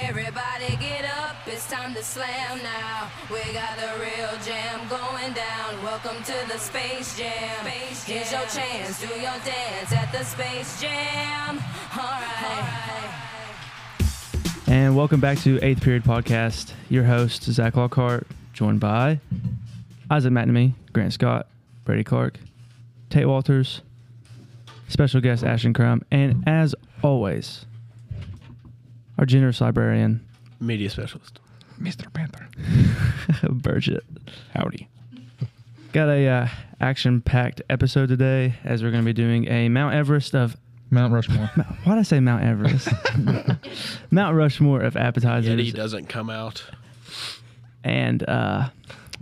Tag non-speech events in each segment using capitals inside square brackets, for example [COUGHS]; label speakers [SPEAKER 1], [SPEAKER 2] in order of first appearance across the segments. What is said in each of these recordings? [SPEAKER 1] Everybody get up, it's time to slam now. We got the real jam going down. Welcome to the Space Jam. Space Here's your chance, do your dance at the Space Jam. Alright.
[SPEAKER 2] And welcome back to Eighth Period Podcast. Your host, Zach Lockhart, joined by Isaac McNamee, Grant Scott, Brady Clark, Tate Walters, special guest Ashton Crumb, and as always, our generous librarian, [LAUGHS]
[SPEAKER 3] Media specialist.
[SPEAKER 4] Mr. Panther.
[SPEAKER 2] Bridget.
[SPEAKER 4] Howdy.
[SPEAKER 2] Got a uh, action-packed episode today as we're going to be doing a Mount Everest of
[SPEAKER 4] Mount Rushmore.
[SPEAKER 2] why did I say [LAUGHS] Mount Everest? [LAUGHS] Mount Rushmore of appetizers.
[SPEAKER 3] Yeti doesn't come out.
[SPEAKER 2] and uh,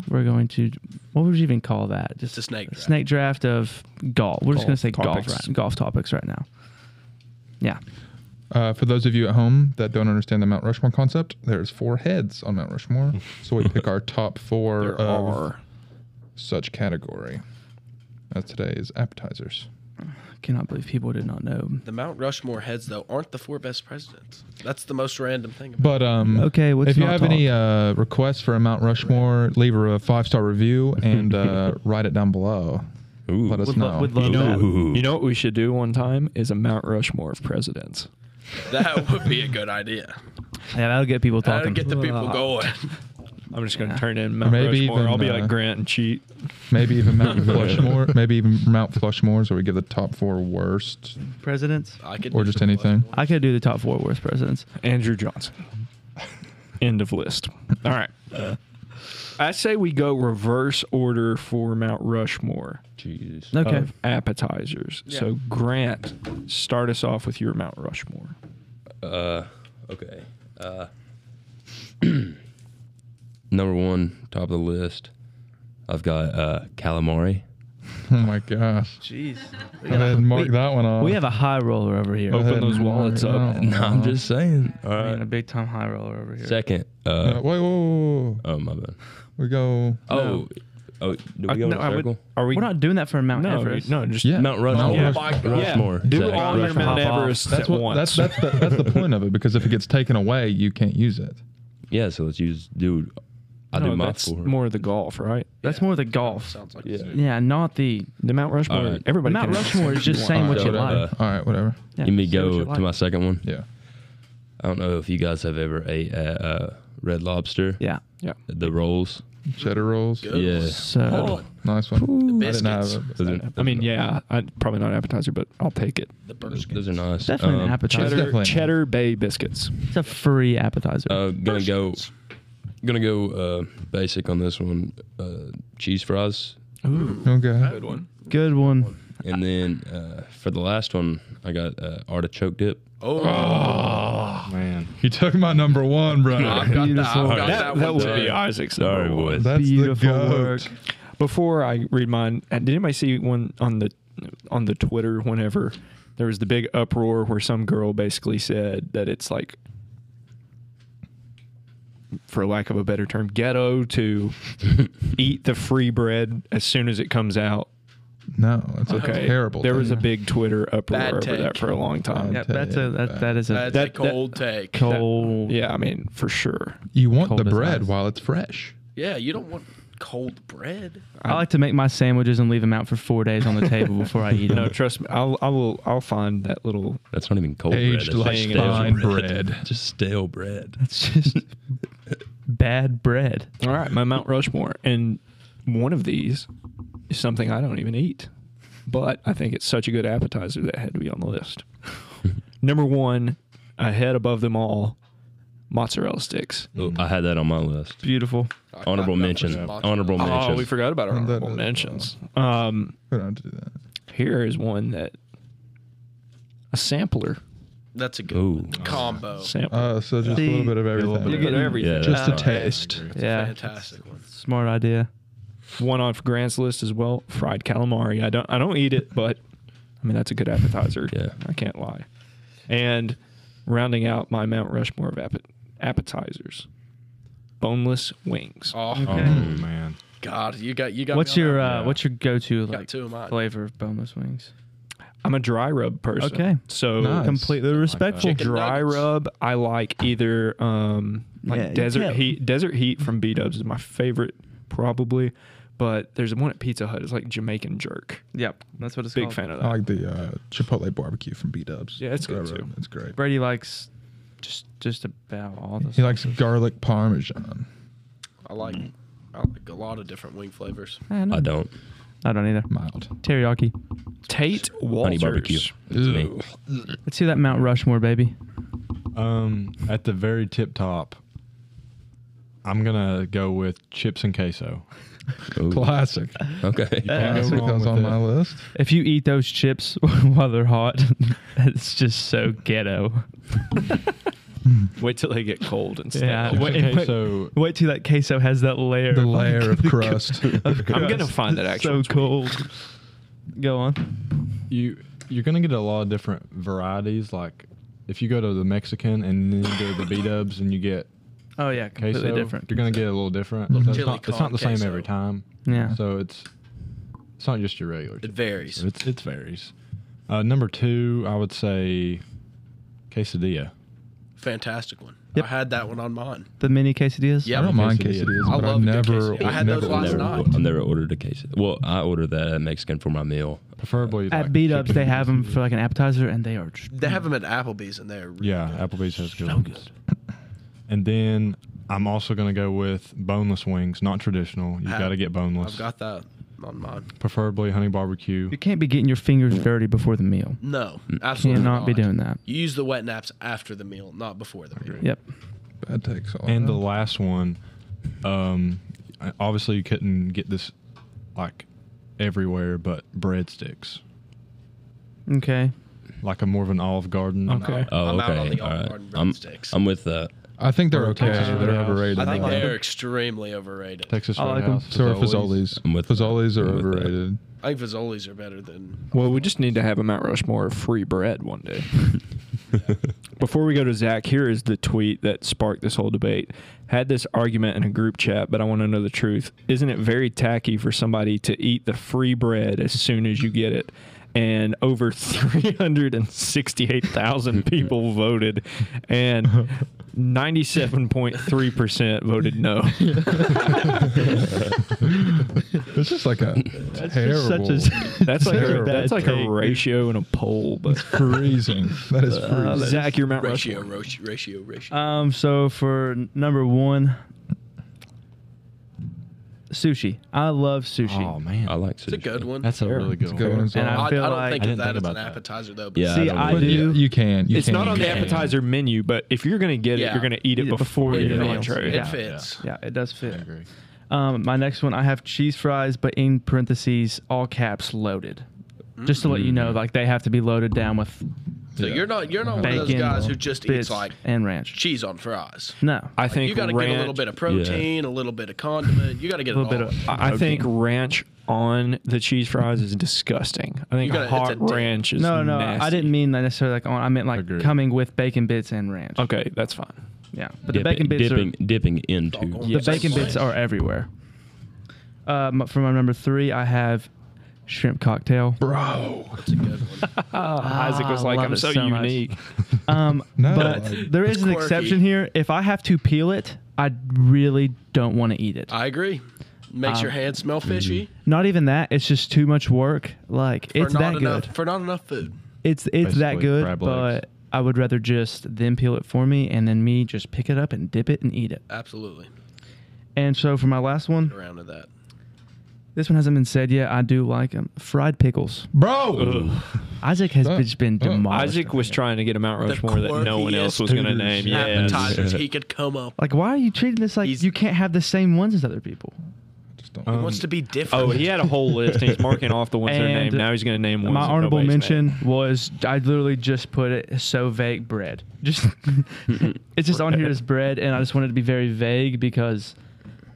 [SPEAKER 2] we're going to what would you even call that? Just
[SPEAKER 3] It's a snake draft.
[SPEAKER 2] snake draft of golf. We're just
[SPEAKER 4] Golf
[SPEAKER 2] going to say golf
[SPEAKER 4] topics.
[SPEAKER 2] right, golf topics right now. Yeah,
[SPEAKER 4] Uh, for those of you at home that don't understand the Mount Rushmore concept, there's four heads on Mount
[SPEAKER 2] [LAUGHS]
[SPEAKER 4] Rushmore. so we pick our top four
[SPEAKER 3] There
[SPEAKER 4] of
[SPEAKER 3] are.
[SPEAKER 4] such category. That's today's appetizers.
[SPEAKER 2] cannot believe people did not know.
[SPEAKER 3] The Mount Rushmore heads, though, aren't the four best presidents. That's the most random thing about
[SPEAKER 4] But um,
[SPEAKER 2] Okay, let's
[SPEAKER 4] if you
[SPEAKER 2] not
[SPEAKER 4] have any uh, requests for a Mount Rushmore, leave her a five star
[SPEAKER 2] [LAUGHS]
[SPEAKER 4] review and uh, write it down below.
[SPEAKER 5] Ooh.
[SPEAKER 4] Let us
[SPEAKER 2] Would lo-
[SPEAKER 4] know.
[SPEAKER 2] would love
[SPEAKER 6] You know,
[SPEAKER 5] Ooh.
[SPEAKER 6] you know what we should do one time is a Mount Rushmore of presidents.
[SPEAKER 3] That would be a good [LAUGHS] idea.
[SPEAKER 2] Yeah, that'll get people
[SPEAKER 3] That'll
[SPEAKER 2] talking.
[SPEAKER 3] get the
[SPEAKER 2] [LAUGHS]
[SPEAKER 3] people
[SPEAKER 6] Ah.
[SPEAKER 3] going.
[SPEAKER 6] I'm just gonna turn in Mount
[SPEAKER 4] maybe
[SPEAKER 6] Rushmore.
[SPEAKER 4] even,
[SPEAKER 6] I'll be
[SPEAKER 4] uh,
[SPEAKER 6] like Grant and cheat.
[SPEAKER 4] [LAUGHS] maybe
[SPEAKER 2] [LAUGHS]
[SPEAKER 4] even Mount Flushmore. Maybe even Mount Flushmore. So we give the top four worst.
[SPEAKER 2] presidents.
[SPEAKER 3] I could
[SPEAKER 4] Or
[SPEAKER 3] do
[SPEAKER 4] just
[SPEAKER 2] [LAUGHS]
[SPEAKER 3] some
[SPEAKER 4] anything.
[SPEAKER 3] Rushmore.
[SPEAKER 2] I could do the top four worst presidents.
[SPEAKER 6] Andrew Johnson. End of list. All right. I say we go reverse order for Mount Rushmore
[SPEAKER 5] Jesus.
[SPEAKER 2] Okay,
[SPEAKER 6] of appetizers. So Grant, start us off with your Mount Rushmore.
[SPEAKER 5] Uh, okay. Uh, [CLEARS THROAT] number one, top of the list. I've got uh, calamari.
[SPEAKER 4] Oh my gosh.
[SPEAKER 2] jeez,
[SPEAKER 4] Go ahead and mark
[SPEAKER 2] we-
[SPEAKER 4] that one off.
[SPEAKER 2] we have a high roller over here.
[SPEAKER 4] Go
[SPEAKER 6] Open
[SPEAKER 4] ahead
[SPEAKER 6] those
[SPEAKER 4] and mark
[SPEAKER 6] wallets
[SPEAKER 4] it
[SPEAKER 6] up.
[SPEAKER 4] out.
[SPEAKER 5] No, I'm just saying. All
[SPEAKER 2] I mean, a
[SPEAKER 5] right.
[SPEAKER 2] big time high roller over here.
[SPEAKER 5] Second.
[SPEAKER 4] Uh,
[SPEAKER 5] Uh,
[SPEAKER 4] wait, whoa, whoa, whoa.
[SPEAKER 5] oh my bad.
[SPEAKER 4] We go.
[SPEAKER 5] Oh, oh, do
[SPEAKER 6] I-
[SPEAKER 5] we go in
[SPEAKER 6] no, I
[SPEAKER 5] a
[SPEAKER 6] would-
[SPEAKER 5] circle?
[SPEAKER 6] are we?
[SPEAKER 2] We're not doing that for Mount
[SPEAKER 6] no,
[SPEAKER 2] Everest.
[SPEAKER 6] no, just
[SPEAKER 4] Yeah.
[SPEAKER 5] Mount Rushmore.
[SPEAKER 4] Mount
[SPEAKER 6] Yeah,
[SPEAKER 3] Rushmore.
[SPEAKER 5] Rushmore.
[SPEAKER 6] Do
[SPEAKER 5] Zach.
[SPEAKER 6] all your
[SPEAKER 2] Rushmore.
[SPEAKER 6] Mount
[SPEAKER 2] Hop off.
[SPEAKER 6] Everest
[SPEAKER 4] That's
[SPEAKER 6] at
[SPEAKER 4] what.
[SPEAKER 6] once.
[SPEAKER 4] That's that's the that's the point of it because if it gets taken away, you can't use it.
[SPEAKER 5] Yeah, so let's use, dude. I
[SPEAKER 6] no,
[SPEAKER 5] do my
[SPEAKER 6] that's
[SPEAKER 5] four.
[SPEAKER 6] more the golf, right?
[SPEAKER 2] that's more the golf.
[SPEAKER 3] Sounds like
[SPEAKER 5] Yeah.
[SPEAKER 3] yeah.
[SPEAKER 2] Yeah, not the
[SPEAKER 6] The Mount Rushmore.
[SPEAKER 5] All right.
[SPEAKER 6] Everybody.
[SPEAKER 2] Mount
[SPEAKER 6] can answer
[SPEAKER 2] Rushmore is
[SPEAKER 6] if you
[SPEAKER 2] just
[SPEAKER 6] want.
[SPEAKER 2] saying
[SPEAKER 4] All
[SPEAKER 2] what
[SPEAKER 4] right,
[SPEAKER 2] you
[SPEAKER 5] whatever.
[SPEAKER 2] like.
[SPEAKER 4] All right, whatever.
[SPEAKER 2] Yeah,
[SPEAKER 5] Let
[SPEAKER 2] say
[SPEAKER 5] me
[SPEAKER 2] what
[SPEAKER 5] go
[SPEAKER 2] you like.
[SPEAKER 5] to my second one.
[SPEAKER 4] Yeah.
[SPEAKER 5] I don't know if you guys have ever ate at uh, Red Lobster.
[SPEAKER 2] Yeah.
[SPEAKER 6] Yeah.
[SPEAKER 5] The rolls.
[SPEAKER 4] Cheddar rolls.
[SPEAKER 3] Good.
[SPEAKER 5] Yeah.
[SPEAKER 2] So
[SPEAKER 3] Oh,
[SPEAKER 4] Nice one.
[SPEAKER 3] The
[SPEAKER 4] I didn't have it.
[SPEAKER 3] biscuits.
[SPEAKER 5] Those are-
[SPEAKER 6] I mean, yeah, I, probably not appetizer, but I'll take it.
[SPEAKER 3] The
[SPEAKER 5] Those,
[SPEAKER 3] burger.
[SPEAKER 5] those are nice.
[SPEAKER 2] definitely an
[SPEAKER 5] Um,
[SPEAKER 2] appetizer.
[SPEAKER 4] That's
[SPEAKER 6] Cheddar,
[SPEAKER 4] definitely-
[SPEAKER 6] cheddar bay biscuits.
[SPEAKER 2] It's a free appetizer.
[SPEAKER 5] Uh, gonna go, gonna go uh, basic on this one. Uh, cheese fries,
[SPEAKER 6] Ooh,
[SPEAKER 4] Okay.
[SPEAKER 6] one.
[SPEAKER 2] Good one.
[SPEAKER 5] and then uh, for the last one, I got uh, artichoke dip.
[SPEAKER 3] Oh,
[SPEAKER 4] Man. You took my number one,
[SPEAKER 3] [LAUGHS]
[SPEAKER 4] bro.
[SPEAKER 3] I've got that. I've
[SPEAKER 2] Beautiful.
[SPEAKER 3] got
[SPEAKER 6] Oh, That,
[SPEAKER 3] that, one.
[SPEAKER 6] that would
[SPEAKER 3] too.
[SPEAKER 6] be Isaac's.
[SPEAKER 5] Sorry,
[SPEAKER 6] number one.
[SPEAKER 5] boys.
[SPEAKER 4] That's
[SPEAKER 2] Beautiful
[SPEAKER 4] the goat.
[SPEAKER 2] work.
[SPEAKER 6] Before I read mine, uh, did anybody see one on the on the Twitter? Whenever there was the big uproar where some girl basically said that it's like, for lack of a better term, ghetto [LAUGHS] to eat the free bread as soon as it comes out.
[SPEAKER 4] No, it's
[SPEAKER 6] Okay,
[SPEAKER 4] a terrible.
[SPEAKER 6] There was a
[SPEAKER 4] thing.
[SPEAKER 6] big Twitter uproar
[SPEAKER 3] Bad
[SPEAKER 6] over
[SPEAKER 3] take.
[SPEAKER 6] that for a long time.
[SPEAKER 2] Yeah, that's a that, that is a
[SPEAKER 3] That's
[SPEAKER 6] That-
[SPEAKER 3] a cold take.
[SPEAKER 2] cold.
[SPEAKER 6] Yeah, I mean for sure.
[SPEAKER 4] You want
[SPEAKER 2] Cold
[SPEAKER 4] the
[SPEAKER 2] as
[SPEAKER 4] bread
[SPEAKER 2] ice.
[SPEAKER 4] while it's fresh.
[SPEAKER 3] Yeah, you don't want cold bread.
[SPEAKER 2] I like to make my sandwiches and leave them out for four days on the table before I eat them.
[SPEAKER 6] No, trust me. I'll I will I'll find that little
[SPEAKER 5] That's not even cold
[SPEAKER 4] Aged
[SPEAKER 5] bread.
[SPEAKER 4] like
[SPEAKER 5] That's just stale
[SPEAKER 4] fine
[SPEAKER 5] bread.
[SPEAKER 4] bread.
[SPEAKER 5] [LAUGHS] Just stale bread.
[SPEAKER 2] it's just bad bread.
[SPEAKER 6] All right, my Mount Rushmore, and one of these is something I don't even eat, but I think it's such a good appetizer that had to be on the [LAUGHS] list. Number one, a head above them all, mozzarella sticks.
[SPEAKER 5] Oh, I had that on my list.
[SPEAKER 2] Beautiful.
[SPEAKER 5] Honorable mention. Honorable mention.
[SPEAKER 6] Oh, we forgot about our
[SPEAKER 4] That
[SPEAKER 6] honorable
[SPEAKER 4] is-
[SPEAKER 6] mentions. Um,
[SPEAKER 4] We don't have to do that.
[SPEAKER 6] here is one that a sampler,
[SPEAKER 3] That's a good
[SPEAKER 5] Ooh.
[SPEAKER 3] combo.
[SPEAKER 6] sampler.
[SPEAKER 4] Uh, so just a
[SPEAKER 2] See,
[SPEAKER 4] little bit of
[SPEAKER 2] little
[SPEAKER 4] everything. Oh,
[SPEAKER 2] bit of You're getting
[SPEAKER 6] everything.
[SPEAKER 5] Yeah,
[SPEAKER 4] Just a
[SPEAKER 5] that's
[SPEAKER 4] taste.
[SPEAKER 2] Yeah.
[SPEAKER 3] Fantastic one.
[SPEAKER 2] Smart idea.
[SPEAKER 6] One on Grant's list as well, fried calamari. I don't I don't eat it, but I mean that's a good appetizer.
[SPEAKER 5] Yeah.
[SPEAKER 6] I can't lie. And rounding out my Mount Rushmore of appet- appetizers, boneless wings.
[SPEAKER 3] Oh
[SPEAKER 5] Um,
[SPEAKER 2] Okay.
[SPEAKER 4] man.
[SPEAKER 3] God, you got you got.
[SPEAKER 2] what's
[SPEAKER 3] me on
[SPEAKER 2] your
[SPEAKER 3] that
[SPEAKER 2] uh, what's your go-to
[SPEAKER 3] one. got
[SPEAKER 2] like
[SPEAKER 3] two of mine.
[SPEAKER 2] flavor of boneless wings?
[SPEAKER 6] I'm a dry rub person.
[SPEAKER 2] Okay.
[SPEAKER 6] So
[SPEAKER 4] Nice.
[SPEAKER 2] Completely respectful.
[SPEAKER 3] Chicken
[SPEAKER 6] dry
[SPEAKER 3] nuggets.
[SPEAKER 6] rub, I like either um like
[SPEAKER 2] Yeah, you
[SPEAKER 6] desert
[SPEAKER 2] tell.
[SPEAKER 6] heat. Desert heat from B Dubs is my favorite probably, but there's one at Pizza Hut. It's like Jamaican jerk.
[SPEAKER 2] Yep, that's what it's
[SPEAKER 6] Big
[SPEAKER 2] called.
[SPEAKER 6] fan of
[SPEAKER 4] I
[SPEAKER 6] that.
[SPEAKER 4] like the uh, Chipotle barbecue from B Dubs.
[SPEAKER 6] Yeah, it's good, too.
[SPEAKER 4] It's great.
[SPEAKER 2] Brady likes just just about all the
[SPEAKER 4] He
[SPEAKER 2] stuff.
[SPEAKER 4] likes garlic parmesan.
[SPEAKER 3] I like I like a lot of different wing flavors.
[SPEAKER 2] I, know.
[SPEAKER 5] I don't.
[SPEAKER 2] Eh, I don't either.
[SPEAKER 4] Mild.
[SPEAKER 2] Teriyaki.
[SPEAKER 6] Tate
[SPEAKER 5] Honey
[SPEAKER 6] Walters.
[SPEAKER 5] barbecue. That's me.
[SPEAKER 2] Let's see that Mount Rushmore, baby.
[SPEAKER 7] Um, at the very tip top, I'm gonna go with chips and queso.
[SPEAKER 5] Ooh,
[SPEAKER 4] Classic.
[SPEAKER 5] Okay.
[SPEAKER 7] Can't go
[SPEAKER 4] Classic.
[SPEAKER 7] wrong
[SPEAKER 4] That was
[SPEAKER 7] with
[SPEAKER 4] on
[SPEAKER 7] that.
[SPEAKER 4] my list.
[SPEAKER 2] If you eat those chips [LAUGHS] while they're hot, [LAUGHS] it's just so ghetto.
[SPEAKER 6] Wait till they get cold and stuff.
[SPEAKER 2] Yeah.
[SPEAKER 7] Chips
[SPEAKER 2] Wait,
[SPEAKER 7] and
[SPEAKER 2] wait.
[SPEAKER 7] queso.
[SPEAKER 2] Wait till that queso has that layer.
[SPEAKER 4] The
[SPEAKER 2] of,
[SPEAKER 4] layer
[SPEAKER 2] [LAUGHS] the
[SPEAKER 4] of
[SPEAKER 2] co-
[SPEAKER 4] crust.
[SPEAKER 2] of
[SPEAKER 6] I'm
[SPEAKER 2] crust.
[SPEAKER 6] gonna find that
[SPEAKER 2] It's
[SPEAKER 6] actual
[SPEAKER 2] So cold. Go on.
[SPEAKER 7] You you're gonna get a lot of different varieties. Like if you go to the Mexican and then you go to
[SPEAKER 2] [LAUGHS]
[SPEAKER 7] the B Dubs and you get
[SPEAKER 2] Oh yeah,
[SPEAKER 7] queso,
[SPEAKER 2] completely different. Mm-hmm.
[SPEAKER 7] you're gonna get a little different.
[SPEAKER 3] Little
[SPEAKER 7] So it's,
[SPEAKER 3] chili
[SPEAKER 7] not, it's
[SPEAKER 3] con
[SPEAKER 7] not the same
[SPEAKER 3] queso.
[SPEAKER 7] every time.
[SPEAKER 2] Yeah.
[SPEAKER 7] So it's it's not just your regular.
[SPEAKER 3] It varies.
[SPEAKER 7] It's it varies. Uh, number two, I would say quesadilla.
[SPEAKER 3] Fantastic one.
[SPEAKER 2] Yep.
[SPEAKER 3] I had that one on mine.
[SPEAKER 2] the mini quesadillas.
[SPEAKER 3] Yeah.
[SPEAKER 4] I don't mind
[SPEAKER 7] quesadillas.
[SPEAKER 4] quesadillas,
[SPEAKER 3] I
[SPEAKER 4] but I
[SPEAKER 3] love a good
[SPEAKER 4] never.
[SPEAKER 3] quesadilla. I had
[SPEAKER 4] never
[SPEAKER 3] those
[SPEAKER 5] I
[SPEAKER 3] last
[SPEAKER 4] ordered
[SPEAKER 5] never,
[SPEAKER 3] night.
[SPEAKER 5] I never ordered a quesadilla. Well, I ordered that at Mexican for my meal.
[SPEAKER 7] Preferably
[SPEAKER 2] At
[SPEAKER 7] like
[SPEAKER 2] beat ups,
[SPEAKER 7] chicken
[SPEAKER 2] they
[SPEAKER 7] and
[SPEAKER 2] have them
[SPEAKER 7] quesadilla.
[SPEAKER 2] for like an appetizer, and they are.
[SPEAKER 3] They have them at Applebee's and they're really
[SPEAKER 7] Yeah,
[SPEAKER 3] good.
[SPEAKER 7] Applebee's has good ones. And then I'm also gonna go with boneless wings, not traditional. You
[SPEAKER 3] I-
[SPEAKER 7] gotta get boneless.
[SPEAKER 3] I've got that on mine.
[SPEAKER 7] preferably honey barbecue.
[SPEAKER 2] You can't be getting your fingers dirty before the meal.
[SPEAKER 3] No,
[SPEAKER 2] You
[SPEAKER 3] absolutely
[SPEAKER 2] cannot
[SPEAKER 3] not.
[SPEAKER 2] be doing that.
[SPEAKER 3] You use the wet naps after the meal, not before the meal.
[SPEAKER 2] Yep.
[SPEAKER 4] Bad takes all
[SPEAKER 7] And the
[SPEAKER 4] around.
[SPEAKER 7] last one, um, I- obviously you couldn't get this like everywhere, but breadsticks,
[SPEAKER 2] Okay.
[SPEAKER 7] like a more of an Olive Garden. uh,
[SPEAKER 6] Okay.
[SPEAKER 5] Oh,
[SPEAKER 3] I'm
[SPEAKER 5] okay.
[SPEAKER 3] out on the
[SPEAKER 5] All
[SPEAKER 3] Olive
[SPEAKER 5] right.
[SPEAKER 3] Garden
[SPEAKER 5] I'm,
[SPEAKER 3] breadsticks.
[SPEAKER 5] I'm with uh, that.
[SPEAKER 4] I think they're okay.
[SPEAKER 7] Texas
[SPEAKER 4] They're
[SPEAKER 7] Roadhouse.
[SPEAKER 4] overrated.
[SPEAKER 3] I think
[SPEAKER 4] though.
[SPEAKER 3] they're extremely overrated.
[SPEAKER 7] Texas
[SPEAKER 2] I like 'em.
[SPEAKER 7] Roadhouse.
[SPEAKER 4] So are
[SPEAKER 7] Fazoli's.
[SPEAKER 4] Fazoli's.
[SPEAKER 5] I'm with that.
[SPEAKER 4] Fazoli's are
[SPEAKER 5] I'm with that.
[SPEAKER 4] overrated.
[SPEAKER 3] I think Fazoli's are better than.
[SPEAKER 6] Well, we just need to have a Mount Rushmore of free bread one day. Before we go to Zach, here is the tweet that sparked this whole debate. Had this argument in a group chat, but I want to know the truth. Isn't it very tacky for somebody to eat the free bread as soon as you get it? And over 368,000 people voted, and 97.3% voted no.
[SPEAKER 4] This is like a terrible.
[SPEAKER 6] That's like, a,
[SPEAKER 4] Terrible.
[SPEAKER 6] that's like a ratio in a poll, but.
[SPEAKER 4] freezing. That
[SPEAKER 6] [LAUGHS] Uh,
[SPEAKER 4] is freezing.
[SPEAKER 6] Zach, your Mount Rushmore.
[SPEAKER 3] Ratio, ratio, ratio, ratio.
[SPEAKER 2] Um. So for n- number one, sushi. I love sushi.
[SPEAKER 7] Oh man,
[SPEAKER 5] I like
[SPEAKER 3] it's a good one.
[SPEAKER 7] that's a really good,
[SPEAKER 4] It's a good one
[SPEAKER 7] one.
[SPEAKER 4] as
[SPEAKER 2] And
[SPEAKER 4] well.
[SPEAKER 3] I,
[SPEAKER 2] I
[SPEAKER 3] I
[SPEAKER 2] feel
[SPEAKER 3] don't
[SPEAKER 2] like-
[SPEAKER 3] think
[SPEAKER 7] I
[SPEAKER 3] of
[SPEAKER 7] didn't
[SPEAKER 3] that
[SPEAKER 7] think
[SPEAKER 3] as an
[SPEAKER 7] about that.
[SPEAKER 3] appetizer though. But
[SPEAKER 5] Yeah,
[SPEAKER 2] See,
[SPEAKER 5] don't
[SPEAKER 2] I
[SPEAKER 5] really-
[SPEAKER 2] do.
[SPEAKER 4] Yeah, you can. You
[SPEAKER 6] it's
[SPEAKER 4] can,
[SPEAKER 6] not on
[SPEAKER 4] you
[SPEAKER 6] the
[SPEAKER 4] can.
[SPEAKER 6] appetizer menu, but if you're gonna get it,
[SPEAKER 3] Yeah.
[SPEAKER 6] you're gonna eat it
[SPEAKER 2] Yeah,
[SPEAKER 6] before
[SPEAKER 2] before
[SPEAKER 6] you
[SPEAKER 2] you
[SPEAKER 6] eat an
[SPEAKER 2] eat it.
[SPEAKER 6] entree.
[SPEAKER 3] it
[SPEAKER 2] Yeah.
[SPEAKER 3] fits.
[SPEAKER 2] Yeah, it does
[SPEAKER 7] I
[SPEAKER 2] fit.
[SPEAKER 7] agree.
[SPEAKER 2] Um, my next one, I have cheese fries, but in parentheses, all caps loaded, just to let you know, like they have to be loaded down with
[SPEAKER 3] Mm. So
[SPEAKER 4] Yeah.
[SPEAKER 3] you're not you're not one
[SPEAKER 2] bacon,
[SPEAKER 3] of those guys who just
[SPEAKER 2] bits,
[SPEAKER 3] eats like
[SPEAKER 2] and ranch.
[SPEAKER 3] cheese on fries.
[SPEAKER 2] No,
[SPEAKER 6] I
[SPEAKER 3] Like,
[SPEAKER 6] think
[SPEAKER 3] you got to
[SPEAKER 6] ranch,
[SPEAKER 3] get a little bit of protein, a little bit of condiment. You got to get
[SPEAKER 2] a little bit
[SPEAKER 3] it all.
[SPEAKER 2] of. ah.
[SPEAKER 6] I I think
[SPEAKER 2] protein.
[SPEAKER 6] ranch on the cheese fries is disgusting. I think
[SPEAKER 3] You gotta- it's
[SPEAKER 6] hot
[SPEAKER 3] a dip.
[SPEAKER 6] ranch is
[SPEAKER 2] No, no,
[SPEAKER 6] nasty.
[SPEAKER 2] I didn't mean that necessarily. Like, on, I meant like
[SPEAKER 7] Agreed.
[SPEAKER 2] coming with bacon bits and ranch.
[SPEAKER 3] Oh,
[SPEAKER 6] Okay, that's fine.
[SPEAKER 2] Yeah, but
[SPEAKER 5] Dip-
[SPEAKER 2] the bacon bits
[SPEAKER 5] dipping,
[SPEAKER 2] are
[SPEAKER 5] dipping into.
[SPEAKER 3] Doggone.
[SPEAKER 2] the
[SPEAKER 3] Yes.
[SPEAKER 2] bacon bits are everywhere. Um, for my number three, I have shrimp cocktail.
[SPEAKER 4] bro.
[SPEAKER 3] That's a good one.
[SPEAKER 6] Isaac was
[SPEAKER 2] I
[SPEAKER 6] like,
[SPEAKER 2] love
[SPEAKER 6] "I'm
[SPEAKER 2] it
[SPEAKER 6] so,
[SPEAKER 2] so much."
[SPEAKER 6] unique."
[SPEAKER 3] [LAUGHS]
[SPEAKER 2] Um,
[SPEAKER 4] No,
[SPEAKER 2] but
[SPEAKER 4] like-
[SPEAKER 2] there is an
[SPEAKER 3] quirky.
[SPEAKER 2] exception here. If I have to peel it, I really don't want to eat it.
[SPEAKER 3] I agree. Makes
[SPEAKER 2] Um,
[SPEAKER 3] your hands
[SPEAKER 2] mm-hmm.
[SPEAKER 3] smell fishy
[SPEAKER 2] Not even that. It's just too much work. Like
[SPEAKER 3] for
[SPEAKER 2] it's that
[SPEAKER 3] not enough
[SPEAKER 2] good.
[SPEAKER 3] for not enough food.
[SPEAKER 2] It's it's that
[SPEAKER 7] Basically,
[SPEAKER 2] good.
[SPEAKER 7] crab legs.
[SPEAKER 2] But I would rather just them peel it for me and then me just pick it up and dip it and eat it.
[SPEAKER 3] Absolutely.
[SPEAKER 2] And so for my last one,
[SPEAKER 3] Around to that.
[SPEAKER 2] this one hasn't been said yet. I do like them. Fried pickles.
[SPEAKER 4] Bro.
[SPEAKER 2] Isaac has
[SPEAKER 4] Uh,
[SPEAKER 2] just been
[SPEAKER 4] uh.
[SPEAKER 2] demolished.
[SPEAKER 6] Isaac was trying to get a Mount
[SPEAKER 3] The
[SPEAKER 6] Rushmore that no one else was gonna
[SPEAKER 7] quirkiest
[SPEAKER 6] name.
[SPEAKER 7] food.
[SPEAKER 6] Yeah,
[SPEAKER 7] [LAUGHS]
[SPEAKER 3] Appetizers he could come up.
[SPEAKER 2] Like, why are you treating this like
[SPEAKER 3] He's-
[SPEAKER 2] you can't have the same ones as other people?
[SPEAKER 4] Just don't-
[SPEAKER 3] He wants to be different.
[SPEAKER 6] Oh, he had a whole list. and He's marking off the ones that are
[SPEAKER 2] And
[SPEAKER 6] named. Now he's gonna name one.
[SPEAKER 2] My honorable mention was I literally just put it so vague bread. [LAUGHS] Just it's just on here as bread, and I just wanted to be very vague because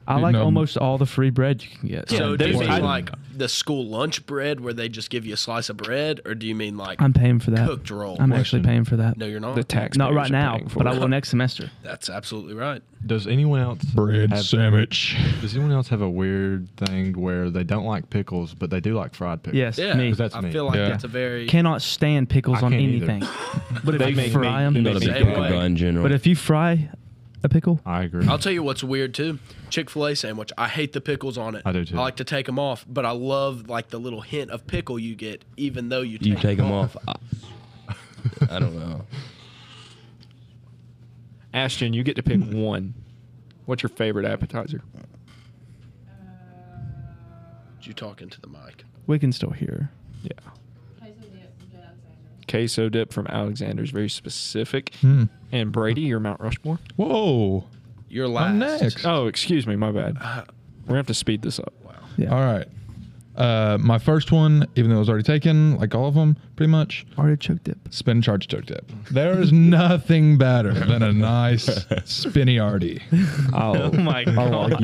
[SPEAKER 2] I like
[SPEAKER 4] No.
[SPEAKER 2] almost all the free bread you can get.
[SPEAKER 3] So
[SPEAKER 2] Yeah,
[SPEAKER 3] do you
[SPEAKER 2] there's-
[SPEAKER 3] mean
[SPEAKER 2] I-
[SPEAKER 3] like the school lunch bread where they just give you a slice of bread, or do you mean like
[SPEAKER 2] I'm paying for that.
[SPEAKER 3] cooked roll?
[SPEAKER 2] I'm actually paying for that.
[SPEAKER 3] no, you're not.
[SPEAKER 6] The tax.
[SPEAKER 2] Not right now, but I will next semester.
[SPEAKER 3] That's absolutely right.
[SPEAKER 7] Does anyone else
[SPEAKER 4] Bread
[SPEAKER 7] have-
[SPEAKER 4] sandwich.
[SPEAKER 7] Does anyone else have a weird thing where they don't like pickles, but they do like fried pickles?
[SPEAKER 2] Yes,
[SPEAKER 3] Yeah,
[SPEAKER 2] me.
[SPEAKER 7] 'Cause that's
[SPEAKER 3] I
[SPEAKER 7] me.
[SPEAKER 3] feel like
[SPEAKER 4] Yeah.
[SPEAKER 3] that's a very
[SPEAKER 2] Cannot stand pickles
[SPEAKER 7] I
[SPEAKER 2] on
[SPEAKER 7] can't either.
[SPEAKER 6] [LAUGHS]
[SPEAKER 2] anything. but if
[SPEAKER 6] They
[SPEAKER 2] you
[SPEAKER 6] make
[SPEAKER 2] fry
[SPEAKER 6] me-
[SPEAKER 2] them,
[SPEAKER 6] they
[SPEAKER 5] Not a
[SPEAKER 6] make
[SPEAKER 5] big
[SPEAKER 6] me
[SPEAKER 3] Same
[SPEAKER 5] pickle
[SPEAKER 3] way.
[SPEAKER 5] guy in general.
[SPEAKER 2] but if you fry a pickle,
[SPEAKER 7] I agree.
[SPEAKER 3] I'll tell you what's weird too. Chick Fil A sandwich. I hate the pickles on it.
[SPEAKER 7] I do, too.
[SPEAKER 3] I like to take them off, but I love like the little hint of pickle you get, even though you take,
[SPEAKER 5] you take them off, I, I don't know.
[SPEAKER 6] Ashton, you get to pick one. What's your favorite appetizer?
[SPEAKER 3] You talking to the mic?
[SPEAKER 2] we can still hear.
[SPEAKER 6] Yeah. Queso dip from Alexander's, very specific.
[SPEAKER 4] Hmm.
[SPEAKER 6] And Brady, your Mount Rushmore.
[SPEAKER 4] Whoa.
[SPEAKER 3] You're last.
[SPEAKER 4] I'm next.
[SPEAKER 6] Oh, excuse me, my bad. We're gonna have to speed this up.
[SPEAKER 4] All right. Uh, my first one, even though it was already taken, like all of them, pretty much,
[SPEAKER 2] Artichoke dip.
[SPEAKER 4] spin charge took dip.
[SPEAKER 2] [LAUGHS]
[SPEAKER 4] There is nothing better than a nice
[SPEAKER 2] [LAUGHS]
[SPEAKER 4] spiniardi.
[SPEAKER 6] [LAUGHS] Oh my god!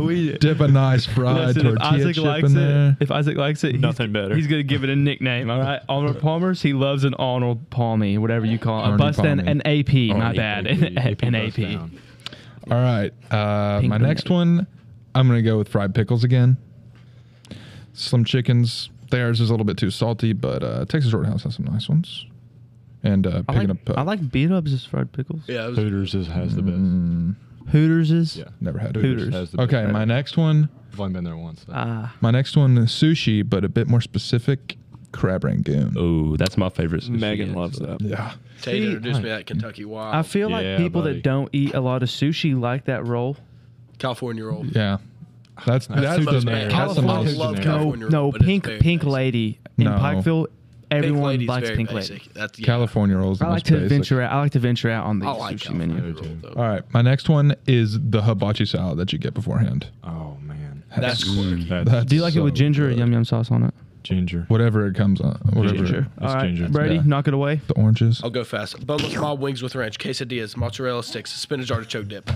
[SPEAKER 3] [LAUGHS]
[SPEAKER 2] we
[SPEAKER 4] Dip a nice fried
[SPEAKER 2] Listen, if
[SPEAKER 4] tortilla
[SPEAKER 2] Isaac
[SPEAKER 4] chip
[SPEAKER 2] likes
[SPEAKER 4] in
[SPEAKER 2] it,
[SPEAKER 4] there.
[SPEAKER 2] if Isaac likes it, he's-
[SPEAKER 6] Nothing better.
[SPEAKER 2] He's gonna give it a nickname. All right,
[SPEAKER 3] [LAUGHS]
[SPEAKER 2] Arnold Palmer's. He loves an Arnold Palmy, whatever you call it.
[SPEAKER 4] Arnie
[SPEAKER 2] Bust an,
[SPEAKER 4] Palmy.
[SPEAKER 2] an AP. my
[SPEAKER 5] Arnie
[SPEAKER 2] bad, [LAUGHS]
[SPEAKER 5] AP,
[SPEAKER 2] an, an AP.
[SPEAKER 4] All right. Uh,
[SPEAKER 2] Pink
[SPEAKER 4] my next
[SPEAKER 2] donut.
[SPEAKER 4] one, I'm going to go with fried pickles again. Slim chickens. Theirs is a little bit too salty, but uh, Texas Roadhouse has some nice ones. And uh,
[SPEAKER 2] I
[SPEAKER 4] picking
[SPEAKER 2] like,
[SPEAKER 4] up. Uh,
[SPEAKER 2] I like beat ups as fried pickles.
[SPEAKER 3] Yeah, it was-
[SPEAKER 7] Hooters is, has the best.
[SPEAKER 4] mm,
[SPEAKER 2] Hooters is.
[SPEAKER 7] Yeah.
[SPEAKER 4] never had
[SPEAKER 2] Hooters.
[SPEAKER 4] Hooters.
[SPEAKER 7] has the best.
[SPEAKER 4] Okay, my next one.
[SPEAKER 7] I've only been there once. though.
[SPEAKER 2] Ah,
[SPEAKER 4] My next one is sushi, but a bit more specific, crab rangoon.
[SPEAKER 5] Oh, that's my favorite. sushi.
[SPEAKER 6] Megan loves that.
[SPEAKER 4] Yeah.
[SPEAKER 3] Tate
[SPEAKER 2] See,
[SPEAKER 3] introduced me to that Kentucky Wild,
[SPEAKER 2] I feel
[SPEAKER 7] Yeah,
[SPEAKER 2] like people
[SPEAKER 7] buddy.
[SPEAKER 2] that don't eat a lot of sushi like that roll.
[SPEAKER 3] California roll.
[SPEAKER 4] Yeah. That's that's,
[SPEAKER 7] too
[SPEAKER 4] the
[SPEAKER 7] generic.
[SPEAKER 4] that's the
[SPEAKER 7] California-
[SPEAKER 4] most
[SPEAKER 7] I
[SPEAKER 4] generic.
[SPEAKER 7] love
[SPEAKER 2] No,
[SPEAKER 3] California roll,
[SPEAKER 2] no,
[SPEAKER 3] but it's
[SPEAKER 2] pink
[SPEAKER 3] very
[SPEAKER 2] pink
[SPEAKER 3] basic.
[SPEAKER 2] lady in
[SPEAKER 4] No.
[SPEAKER 2] Pikeville.
[SPEAKER 3] Pink
[SPEAKER 2] Everyone
[SPEAKER 3] Lady's
[SPEAKER 2] likes
[SPEAKER 3] very
[SPEAKER 2] pink
[SPEAKER 3] basic.
[SPEAKER 2] lady.
[SPEAKER 3] That's yeah.
[SPEAKER 4] California rolls. the
[SPEAKER 2] I like
[SPEAKER 4] most
[SPEAKER 2] to
[SPEAKER 4] basic.
[SPEAKER 2] venture out. I like to venture out on the
[SPEAKER 3] I like
[SPEAKER 2] sushi
[SPEAKER 3] California
[SPEAKER 2] menu.
[SPEAKER 3] roll
[SPEAKER 7] Yeah.
[SPEAKER 3] though.
[SPEAKER 4] All right, my next one is the hibachi salad that you get beforehand.
[SPEAKER 7] oh man,
[SPEAKER 3] That's quirky.
[SPEAKER 4] That's
[SPEAKER 2] Do you like it with
[SPEAKER 4] so
[SPEAKER 2] ginger or
[SPEAKER 4] good.
[SPEAKER 2] yum yum sauce on it?
[SPEAKER 7] ginger.
[SPEAKER 4] Whatever it comes on, whatever
[SPEAKER 7] Ginger. It's
[SPEAKER 2] All right,
[SPEAKER 7] ginger.
[SPEAKER 2] Brady,
[SPEAKER 4] Yeah.
[SPEAKER 2] knock it away.
[SPEAKER 4] the oranges.
[SPEAKER 3] I'll go fast. Boneless mob wings with ranch, quesadillas, mozzarella sticks, spinach artichoke dip. Uh,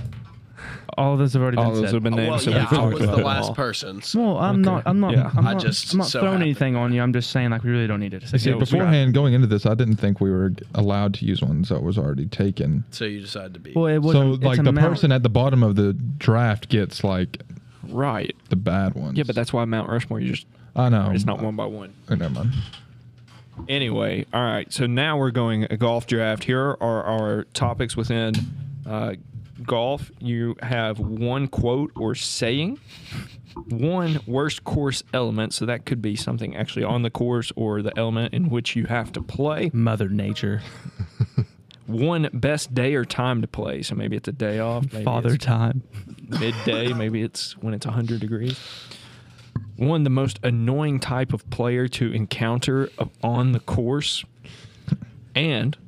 [SPEAKER 2] All of those have already been
[SPEAKER 6] All those
[SPEAKER 2] said.
[SPEAKER 6] have been named.
[SPEAKER 3] well,
[SPEAKER 6] so
[SPEAKER 3] yeah,
[SPEAKER 6] we've
[SPEAKER 3] I
[SPEAKER 6] talked
[SPEAKER 3] was the
[SPEAKER 6] about them
[SPEAKER 3] last
[SPEAKER 6] all.
[SPEAKER 3] person. so-
[SPEAKER 2] Well, I'm not. I'm not.
[SPEAKER 6] Yeah.
[SPEAKER 2] I'm
[SPEAKER 3] I
[SPEAKER 2] not,
[SPEAKER 3] just
[SPEAKER 2] I'm not
[SPEAKER 3] so
[SPEAKER 2] throwing
[SPEAKER 3] happened.
[SPEAKER 2] anything on you. I'm just saying, like, we really don't need it.
[SPEAKER 4] See, beforehand, going into this, I didn't think we were allowed to use ones that was already taken.
[SPEAKER 3] So you decided to be.
[SPEAKER 2] Well, it was
[SPEAKER 4] so, like, the person at the bottom of the draft gets like
[SPEAKER 6] Right.
[SPEAKER 4] the bad ones.
[SPEAKER 6] Yeah, but that's why Mount Rushmore. You just
[SPEAKER 4] I know.
[SPEAKER 6] it's not one by one.
[SPEAKER 4] Oh, never mind.
[SPEAKER 6] Anyway, all right. So now we're going a golf draft. Here are our topics within uh, golf. You have one quote or saying, one worst course element. So that could be something actually on the course or the element in which you have to play.
[SPEAKER 2] Mother Nature,
[SPEAKER 6] One best day or time to play. So maybe it's a day off. Maybe
[SPEAKER 2] Father
[SPEAKER 6] it's
[SPEAKER 2] Time.
[SPEAKER 6] midday. Maybe it's when it's 100 degrees. One, the most annoying type of player to encounter o- on the course. And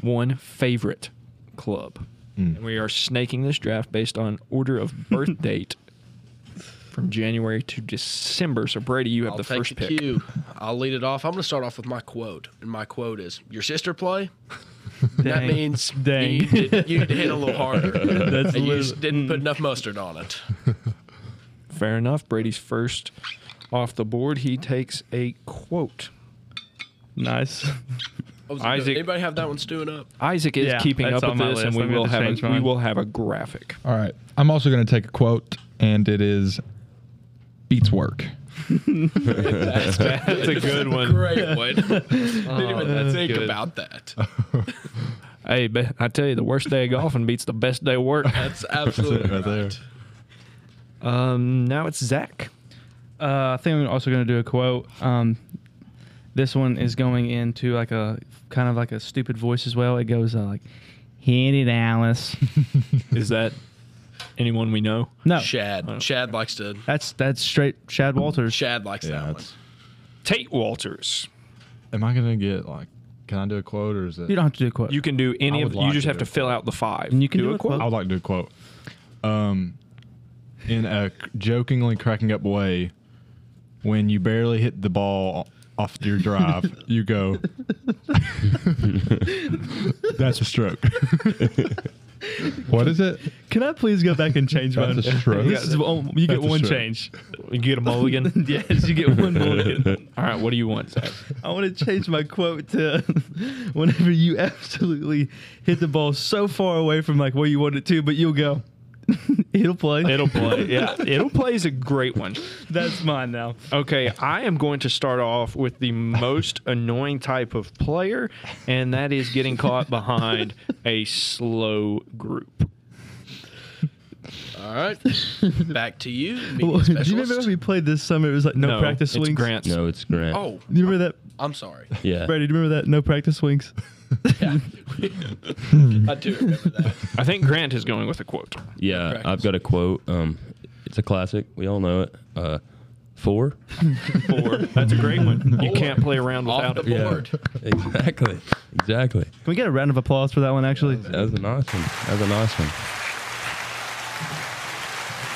[SPEAKER 6] one favorite club.
[SPEAKER 3] Hmm.
[SPEAKER 6] And we are snaking this draft based on order of
[SPEAKER 3] [LAUGHS]
[SPEAKER 6] birth date from January to December. So, Brady, you have
[SPEAKER 3] I'll
[SPEAKER 6] the
[SPEAKER 3] take the
[SPEAKER 6] first pick.
[SPEAKER 3] cue. I'll lead it off. I'm going to start off with my quote, and my quote is: "Your sister play." That
[SPEAKER 2] Dang.
[SPEAKER 3] means
[SPEAKER 2] Dang.
[SPEAKER 3] You, did, you hit a little harder.
[SPEAKER 2] That's
[SPEAKER 3] and you
[SPEAKER 2] lit-
[SPEAKER 3] just didn't put enough mustard on it.
[SPEAKER 6] Fair enough. Brady's first off the board. He takes a quote.
[SPEAKER 2] Nice.
[SPEAKER 3] I was-
[SPEAKER 6] Isaac-
[SPEAKER 3] anybody have that one stewing up?
[SPEAKER 6] Isaac is
[SPEAKER 2] Yeah,
[SPEAKER 6] keeping
[SPEAKER 2] that's
[SPEAKER 6] up with
[SPEAKER 2] on my
[SPEAKER 6] this, and
[SPEAKER 2] list.
[SPEAKER 6] we
[SPEAKER 2] I'm gonna
[SPEAKER 6] will
[SPEAKER 2] have to
[SPEAKER 6] have
[SPEAKER 2] change
[SPEAKER 6] a, we
[SPEAKER 2] mine.
[SPEAKER 6] will have a graphic.
[SPEAKER 4] All right. I'm also going to take a quote, and it is beats work.
[SPEAKER 3] [LAUGHS]
[SPEAKER 6] That's a [LAUGHS] good one.
[SPEAKER 3] Great one. [LAUGHS] Didn't even think
[SPEAKER 6] good.
[SPEAKER 3] about that.
[SPEAKER 6] Hey, be- I tell you, the worst day of golfing beats the best day of work.
[SPEAKER 3] That's absolutely right.
[SPEAKER 7] Right there.
[SPEAKER 6] Um, now it's Zach.
[SPEAKER 2] Uh, I think I'm also going to do a quote. Um, this one is going into like a kind of like a stupid voice as well. It goes uh, like, "Handy Alice." [LAUGHS]
[SPEAKER 6] Is that anyone we know?
[SPEAKER 2] No,
[SPEAKER 3] Shad. Shad likes to.
[SPEAKER 2] that's that's straight Shad Walters.
[SPEAKER 3] Shad likes
[SPEAKER 7] Yeah,
[SPEAKER 3] that one.
[SPEAKER 7] it's-
[SPEAKER 6] Tate Walters.
[SPEAKER 7] Am I gonna get like? Can I do a quote or is it?
[SPEAKER 2] You don't have to do a quote.
[SPEAKER 6] You can do any
[SPEAKER 7] I
[SPEAKER 6] of.
[SPEAKER 7] would
[SPEAKER 6] you
[SPEAKER 7] like
[SPEAKER 6] just
[SPEAKER 7] to
[SPEAKER 6] have
[SPEAKER 7] do
[SPEAKER 6] to
[SPEAKER 7] a
[SPEAKER 6] fill out the five.
[SPEAKER 2] And you can do a
[SPEAKER 7] I would like to do a quote. Um, in a jokingly cracking up way, when you barely hit the ball off your drive, you go, "That's a stroke."
[SPEAKER 4] [LAUGHS] What is it?
[SPEAKER 2] Can I please go back and change my?
[SPEAKER 4] That's a stroke.
[SPEAKER 6] [LAUGHS]
[SPEAKER 2] This is, oh, you get
[SPEAKER 4] That's a
[SPEAKER 2] one
[SPEAKER 4] stroke.
[SPEAKER 2] change.
[SPEAKER 6] You get
[SPEAKER 2] [LAUGHS]
[SPEAKER 6] a mulligan.
[SPEAKER 2] yes, you get one mulligan.
[SPEAKER 6] [LAUGHS] All right, what do you want, Zach?
[SPEAKER 2] I want to change my quote to [LAUGHS] whenever you absolutely hit the ball so far away from like where you want it to, but you'll go. [LAUGHS] It'll play.
[SPEAKER 6] It'll play. [LAUGHS] Yeah, it'll play is a great one.
[SPEAKER 2] [LAUGHS] That's mine now.
[SPEAKER 6] Okay, I am going to start off with the most annoying type of player, and that is getting caught behind a slow group.
[SPEAKER 3] All right. Back to you. media
[SPEAKER 2] Well, do you remember
[SPEAKER 3] specialist.
[SPEAKER 2] when we played this summer? It was like no, practice
[SPEAKER 6] it's
[SPEAKER 2] swings.
[SPEAKER 6] Grant's.
[SPEAKER 5] No, it's Grant.
[SPEAKER 3] Oh,
[SPEAKER 2] You remember that,
[SPEAKER 3] I'm sorry.
[SPEAKER 5] yeah.
[SPEAKER 2] Brady? Do you remember that no practice swings?
[SPEAKER 3] [LAUGHS] I do remember that.
[SPEAKER 6] I think Grant is going with a quote.
[SPEAKER 5] Yeah,
[SPEAKER 3] Correct.
[SPEAKER 5] I've got a quote. Um, it's a classic. We all know it. Uh, four.
[SPEAKER 6] Four. That's a great one. You
[SPEAKER 3] Four.
[SPEAKER 6] can't play around
[SPEAKER 3] Off
[SPEAKER 6] without
[SPEAKER 3] the
[SPEAKER 6] it.
[SPEAKER 3] board.
[SPEAKER 5] [LAUGHS] Exactly. Exactly.
[SPEAKER 2] Can we get a round of applause for that one? Actually,
[SPEAKER 5] That was a nice one. That was a nice one.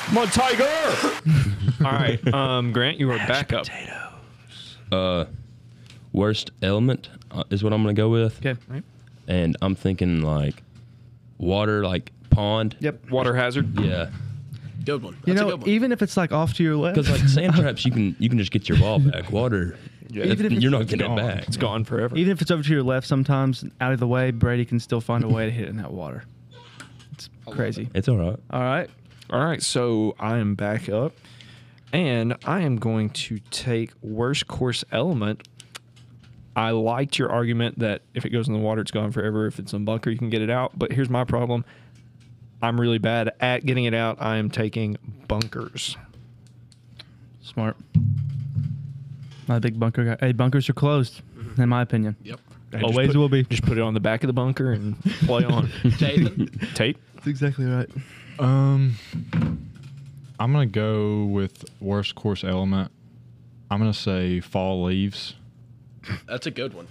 [SPEAKER 6] Come on, Tiger! All right, um, Grant, you are back up.
[SPEAKER 5] Worst element uh, is what I'm gonna go with.
[SPEAKER 2] okay.
[SPEAKER 5] And I'm thinking like water, like pond.
[SPEAKER 6] Yep. Water hazard.
[SPEAKER 5] Yeah.
[SPEAKER 3] Good one. That's
[SPEAKER 2] You
[SPEAKER 3] a
[SPEAKER 2] know,
[SPEAKER 3] good one.
[SPEAKER 2] even if it's like off to your left,
[SPEAKER 5] Because like sand traps, you can you can just get your ball back. Water,
[SPEAKER 2] Even if
[SPEAKER 5] you're
[SPEAKER 2] it's-
[SPEAKER 5] not getting it
[SPEAKER 7] gone.
[SPEAKER 5] back.
[SPEAKER 6] It's gone
[SPEAKER 2] [LAUGHS]
[SPEAKER 6] forever.
[SPEAKER 2] even if it's over to your left, sometimes out of the way, Brady can still find a way to hit it in that water. It's crazy.
[SPEAKER 5] It's all right.
[SPEAKER 2] All right.
[SPEAKER 6] All right, so I am back up, and I am going to take worst course element. I liked your argument that if it goes in the water, it's gone forever. If it's in bunker, you can get it out. But here's my problem: I'm really bad at getting it out. I am taking bunkers.
[SPEAKER 2] Smart. Not a big bunker guy. Hey, bunkers are closed, in my opinion.
[SPEAKER 3] Yep.
[SPEAKER 6] And just
[SPEAKER 2] Always
[SPEAKER 6] put-
[SPEAKER 2] will be.
[SPEAKER 6] Just put it on the back of the bunker and
[SPEAKER 2] [LAUGHS]
[SPEAKER 6] play on
[SPEAKER 3] Jalen,
[SPEAKER 6] tape.
[SPEAKER 2] That's exactly right.
[SPEAKER 7] Um, I'm gonna go with worst course element. I'm gonna say fall leaves.
[SPEAKER 3] that's a good one.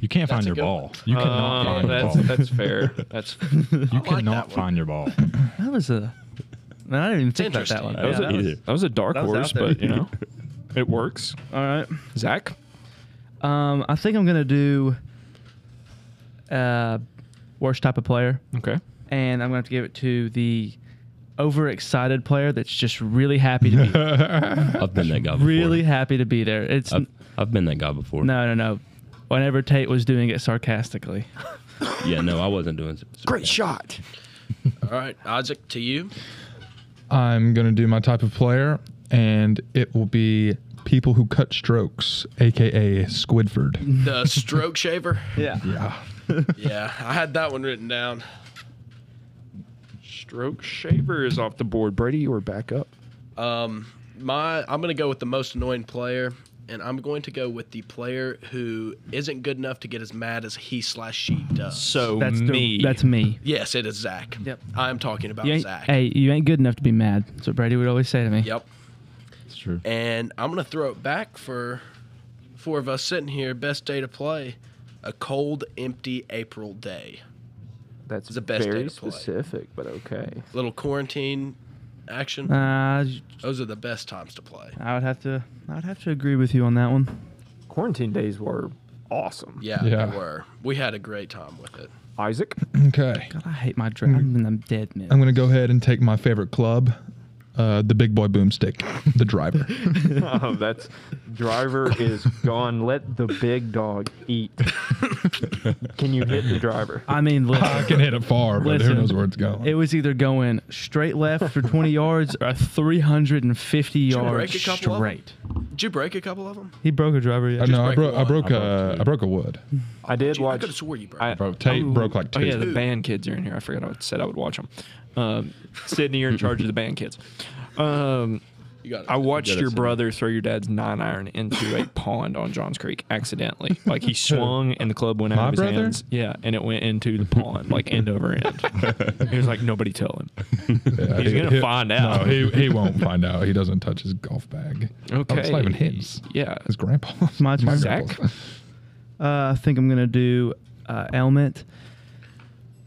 [SPEAKER 7] You can't
[SPEAKER 3] That's
[SPEAKER 7] find
[SPEAKER 3] a
[SPEAKER 7] your
[SPEAKER 3] good
[SPEAKER 7] ball.
[SPEAKER 3] one.
[SPEAKER 7] You
[SPEAKER 6] Uh,
[SPEAKER 7] cannot find your
[SPEAKER 6] that's
[SPEAKER 7] ball.
[SPEAKER 6] that's fair.
[SPEAKER 2] [LAUGHS]
[SPEAKER 6] That's
[SPEAKER 7] you
[SPEAKER 3] I like that
[SPEAKER 7] cannot
[SPEAKER 3] one.
[SPEAKER 7] find your ball.
[SPEAKER 2] That was a. Man, I didn't even think about that
[SPEAKER 3] interesting.
[SPEAKER 2] one.
[SPEAKER 5] That was
[SPEAKER 2] Yeah,
[SPEAKER 5] a- either.
[SPEAKER 6] that was a dark
[SPEAKER 2] That was out
[SPEAKER 6] horse,
[SPEAKER 2] there.
[SPEAKER 6] but
[SPEAKER 3] [LAUGHS]
[SPEAKER 6] you know it works.
[SPEAKER 2] All right.
[SPEAKER 6] Zach,
[SPEAKER 2] Um, I think I'm gonna do. Uh, worst type of player,
[SPEAKER 6] okay.
[SPEAKER 2] and I'm gonna have to give it to the overexcited player that's just really happy to be
[SPEAKER 5] I've been that guy before.
[SPEAKER 2] really happy to be there. It's
[SPEAKER 5] I've, I've been that guy before.
[SPEAKER 2] no, no, no. Whenever Tate was doing it sarcastically,
[SPEAKER 5] Yeah. No, I wasn't doing. [LAUGHS]
[SPEAKER 6] Great shot.
[SPEAKER 3] All right, Isaac, to you.
[SPEAKER 4] I'm gonna do my type of player, and it will be people who cut strokes, aka Squidford.
[SPEAKER 3] The stroke shaver.
[SPEAKER 2] [LAUGHS] yeah,
[SPEAKER 4] Yeah.
[SPEAKER 3] Yeah, I had that one written down.
[SPEAKER 6] Stroke shaver is off the board. Brady, you are back up.
[SPEAKER 3] Um, my I'm gonna go with the most annoying player, and I'm going to go with the player who isn't good enough to get as mad as he slash she does.
[SPEAKER 6] So
[SPEAKER 2] that's
[SPEAKER 6] Oh, me.
[SPEAKER 2] The, that's me.
[SPEAKER 3] yes, it is Zach.
[SPEAKER 2] Yep.
[SPEAKER 3] I am talking about
[SPEAKER 2] You ain't-
[SPEAKER 3] Zach.
[SPEAKER 2] hey, you ain't good enough to be mad. That's what Brady would always say to me.
[SPEAKER 3] Yep.
[SPEAKER 7] It's true.
[SPEAKER 3] And I'm gonna throw it back for four of us sitting here. Best day to play, a cold, empty April day.
[SPEAKER 6] that's
[SPEAKER 3] the best very day to play.
[SPEAKER 6] specific, but okay.
[SPEAKER 3] Little quarantine action.
[SPEAKER 2] Uh,
[SPEAKER 3] Those are the best times to play.
[SPEAKER 2] I would have to, I would have to agree with you on that one.
[SPEAKER 6] Quarantine days were awesome.
[SPEAKER 3] Yeah,
[SPEAKER 4] Yeah.
[SPEAKER 3] they were. We had a great time with it.
[SPEAKER 6] Isaac, [LAUGHS]
[SPEAKER 4] Okay.
[SPEAKER 2] God, I hate my draft, and I'm dead, man.
[SPEAKER 4] I'm gonna go ahead and take my favorite club, uh, the big boy boomstick, the driver.
[SPEAKER 6] oh, that's driver is gone. Let the big dog
[SPEAKER 3] [LAUGHS]
[SPEAKER 6] eat. Can you hit the driver?
[SPEAKER 2] I mean,
[SPEAKER 4] I
[SPEAKER 2] listen,
[SPEAKER 4] can hit it far, but
[SPEAKER 2] Listen,
[SPEAKER 4] who knows where it's going?
[SPEAKER 2] it was either going straight left for 20 yards or 350
[SPEAKER 3] you break
[SPEAKER 2] yards
[SPEAKER 3] a couple of 'em?
[SPEAKER 2] straight.
[SPEAKER 3] Did you break a couple of them?
[SPEAKER 2] He broke a driver. Yeah.
[SPEAKER 4] Uh, no, I
[SPEAKER 3] break
[SPEAKER 4] broke.
[SPEAKER 3] one.
[SPEAKER 4] I broke.
[SPEAKER 7] I broke
[SPEAKER 4] Uh,
[SPEAKER 7] two.
[SPEAKER 4] I broke a wood.
[SPEAKER 6] I did
[SPEAKER 3] I
[SPEAKER 6] watch.
[SPEAKER 3] could have swore you broke.
[SPEAKER 6] I-
[SPEAKER 4] Broke Tate broke like two.
[SPEAKER 6] Oh yeah, the band kids are in here. I forgot I said I would watch them. Um, Sydney, you're in charge of the band kids. Um,
[SPEAKER 3] you got it.
[SPEAKER 6] I watched
[SPEAKER 5] gotta
[SPEAKER 6] your
[SPEAKER 5] say.
[SPEAKER 6] brother throw your dad's nine iron
[SPEAKER 4] [LAUGHS]
[SPEAKER 6] into a pond on Johns Creek accidentally. Like he swung and the club went out
[SPEAKER 4] My
[SPEAKER 6] of his
[SPEAKER 4] brother?
[SPEAKER 6] hands. Yeah, and it went into the pond, like end over end. he was like, nobody tell him.
[SPEAKER 4] Yeah,
[SPEAKER 6] He's
[SPEAKER 4] Uh, he-
[SPEAKER 6] gonna
[SPEAKER 4] he- [LAUGHS]
[SPEAKER 6] find out.
[SPEAKER 4] No, Oh, he, he won't find out. He doesn't touch his golf bag.
[SPEAKER 6] Okay.
[SPEAKER 4] Oh, it's not even his.
[SPEAKER 6] Yeah.
[SPEAKER 4] His grandpa.
[SPEAKER 2] [LAUGHS] My turn.
[SPEAKER 6] Zach?
[SPEAKER 2] Uh, I think I'm gonna do uh, element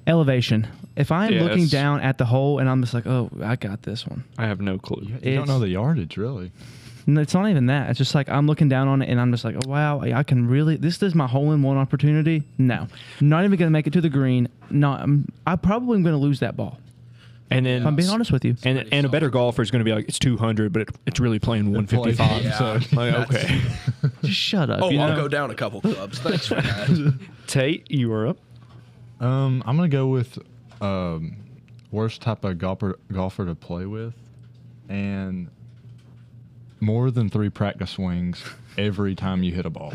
[SPEAKER 2] elevation. If I am looking
[SPEAKER 6] Yes.
[SPEAKER 2] down at the hole and I'm just like, oh, I got this one.
[SPEAKER 6] I have no clue.
[SPEAKER 7] You don't know the yardage, really.
[SPEAKER 2] No, it's not even that. It's just like I'm looking down on it and I'm just like, oh, wow, I can really. This is my hole in one opportunity. No, not even going to make it to the green. Not. I'm, I probably am going to lose that ball.
[SPEAKER 6] And then
[SPEAKER 2] If I'm being honest with you.
[SPEAKER 6] and and a better golfer is going to be like it's 200, but it, it's really playing 155. So
[SPEAKER 4] [LAUGHS]
[SPEAKER 6] like, okay,
[SPEAKER 2] Just shut up.
[SPEAKER 3] Oh,
[SPEAKER 2] you
[SPEAKER 3] I'll
[SPEAKER 2] know?
[SPEAKER 3] go down a couple clubs. Thanks
[SPEAKER 6] [LAUGHS]
[SPEAKER 3] for that.
[SPEAKER 6] Tate, you are up.
[SPEAKER 7] Um, I'm gonna go with um, worst type of golfer golfer to play with, and more than three practice swings every time you hit a ball.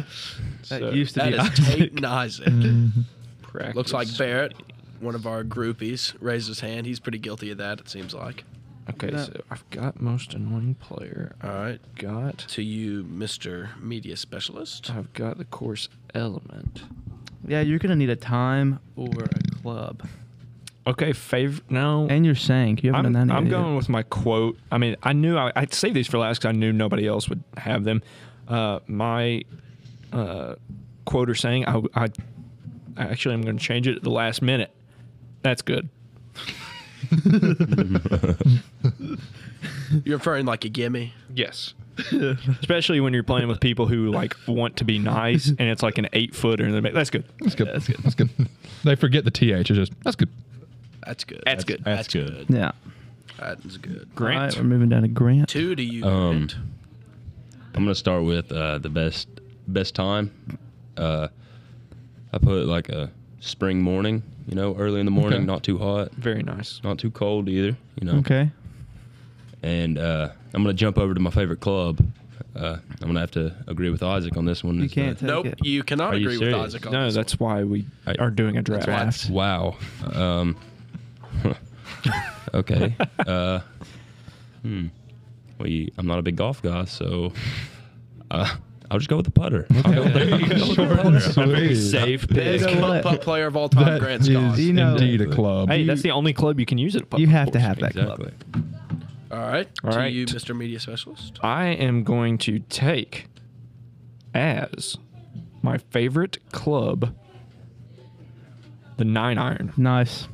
[SPEAKER 2] That used to
[SPEAKER 3] That
[SPEAKER 2] be.
[SPEAKER 3] is Tate and Isaac.
[SPEAKER 6] Mm.
[SPEAKER 5] Practice.
[SPEAKER 3] Looks like Barrett, one of our groupies, raised his hand. He's pretty guilty of that, it seems like.
[SPEAKER 6] Okay,
[SPEAKER 2] Yeah.
[SPEAKER 6] so I've got most annoying player.
[SPEAKER 3] All right.
[SPEAKER 6] Got
[SPEAKER 3] To you, Mr. Media Specialist.
[SPEAKER 6] I've got the course element.
[SPEAKER 2] [LAUGHS] yeah, you're going to need a time or a club.
[SPEAKER 6] Okay, favorite. No,
[SPEAKER 2] And you're saying you haven't done
[SPEAKER 6] I'm,
[SPEAKER 2] that.
[SPEAKER 6] I'm
[SPEAKER 2] yet
[SPEAKER 6] going
[SPEAKER 2] either.
[SPEAKER 6] with my quote. I mean, I knew I, I'd save these for last because I knew nobody else would have them. Uh, my uh, quote or saying, I, I, I actually am going to change it at the last minute. That's good.
[SPEAKER 3] You're referring like a gimme.
[SPEAKER 4] [LAUGHS]
[SPEAKER 6] Yes. Especially when you're playing with people who like want to be nice, and it's like an eight footer, and they're like, that's good.
[SPEAKER 4] That's good. that's good. That's good. they forget the th. It's just that's good.
[SPEAKER 3] That's good.
[SPEAKER 6] That's good.
[SPEAKER 3] That's,
[SPEAKER 7] That's
[SPEAKER 3] good.
[SPEAKER 7] good.
[SPEAKER 2] Yeah.
[SPEAKER 3] That is good.
[SPEAKER 2] All right,
[SPEAKER 6] Grant.
[SPEAKER 2] we're moving down to Grant.
[SPEAKER 3] Two to you,
[SPEAKER 5] Um,
[SPEAKER 3] Grant.
[SPEAKER 5] I'm gonna start with uh, the best best time. Uh, I put like a spring morning, you know, early in the morning,
[SPEAKER 4] Okay.
[SPEAKER 5] not too hot,
[SPEAKER 6] Very nice.
[SPEAKER 5] not too cold either, you know.
[SPEAKER 2] Okay.
[SPEAKER 5] And uh, I'm gonna jump over to my favorite club. Uh, I'm gonna have to agree with Isaac on this one.
[SPEAKER 2] You
[SPEAKER 5] It's, uh,
[SPEAKER 2] can't take
[SPEAKER 3] Nope,
[SPEAKER 2] it.
[SPEAKER 3] you cannot
[SPEAKER 5] Are you
[SPEAKER 3] agree with
[SPEAKER 5] serious?
[SPEAKER 3] Isaac on
[SPEAKER 6] No,
[SPEAKER 3] this
[SPEAKER 6] that's why we
[SPEAKER 5] I-
[SPEAKER 6] are doing a draft.
[SPEAKER 3] Draft.
[SPEAKER 5] Wow. Um, [LAUGHS] okay. Uh, hmm. Well, you, I'm not a big golf guy, so uh, I'll just go with the putter. I'll go with the-
[SPEAKER 6] A very safe
[SPEAKER 3] one.
[SPEAKER 6] pick.
[SPEAKER 3] Best club putt player of all time,
[SPEAKER 4] That
[SPEAKER 3] Grant Scott.
[SPEAKER 4] is
[SPEAKER 2] You know-
[SPEAKER 4] indeed a club.
[SPEAKER 6] Hey, that's the only club you can use it.
[SPEAKER 2] You have to have that club.
[SPEAKER 5] exactly.
[SPEAKER 3] All right.
[SPEAKER 6] All
[SPEAKER 3] to
[SPEAKER 6] right.
[SPEAKER 3] you, Mr. Media Specialist.
[SPEAKER 6] I am going to take as my favorite club the nine iron.
[SPEAKER 2] Nice.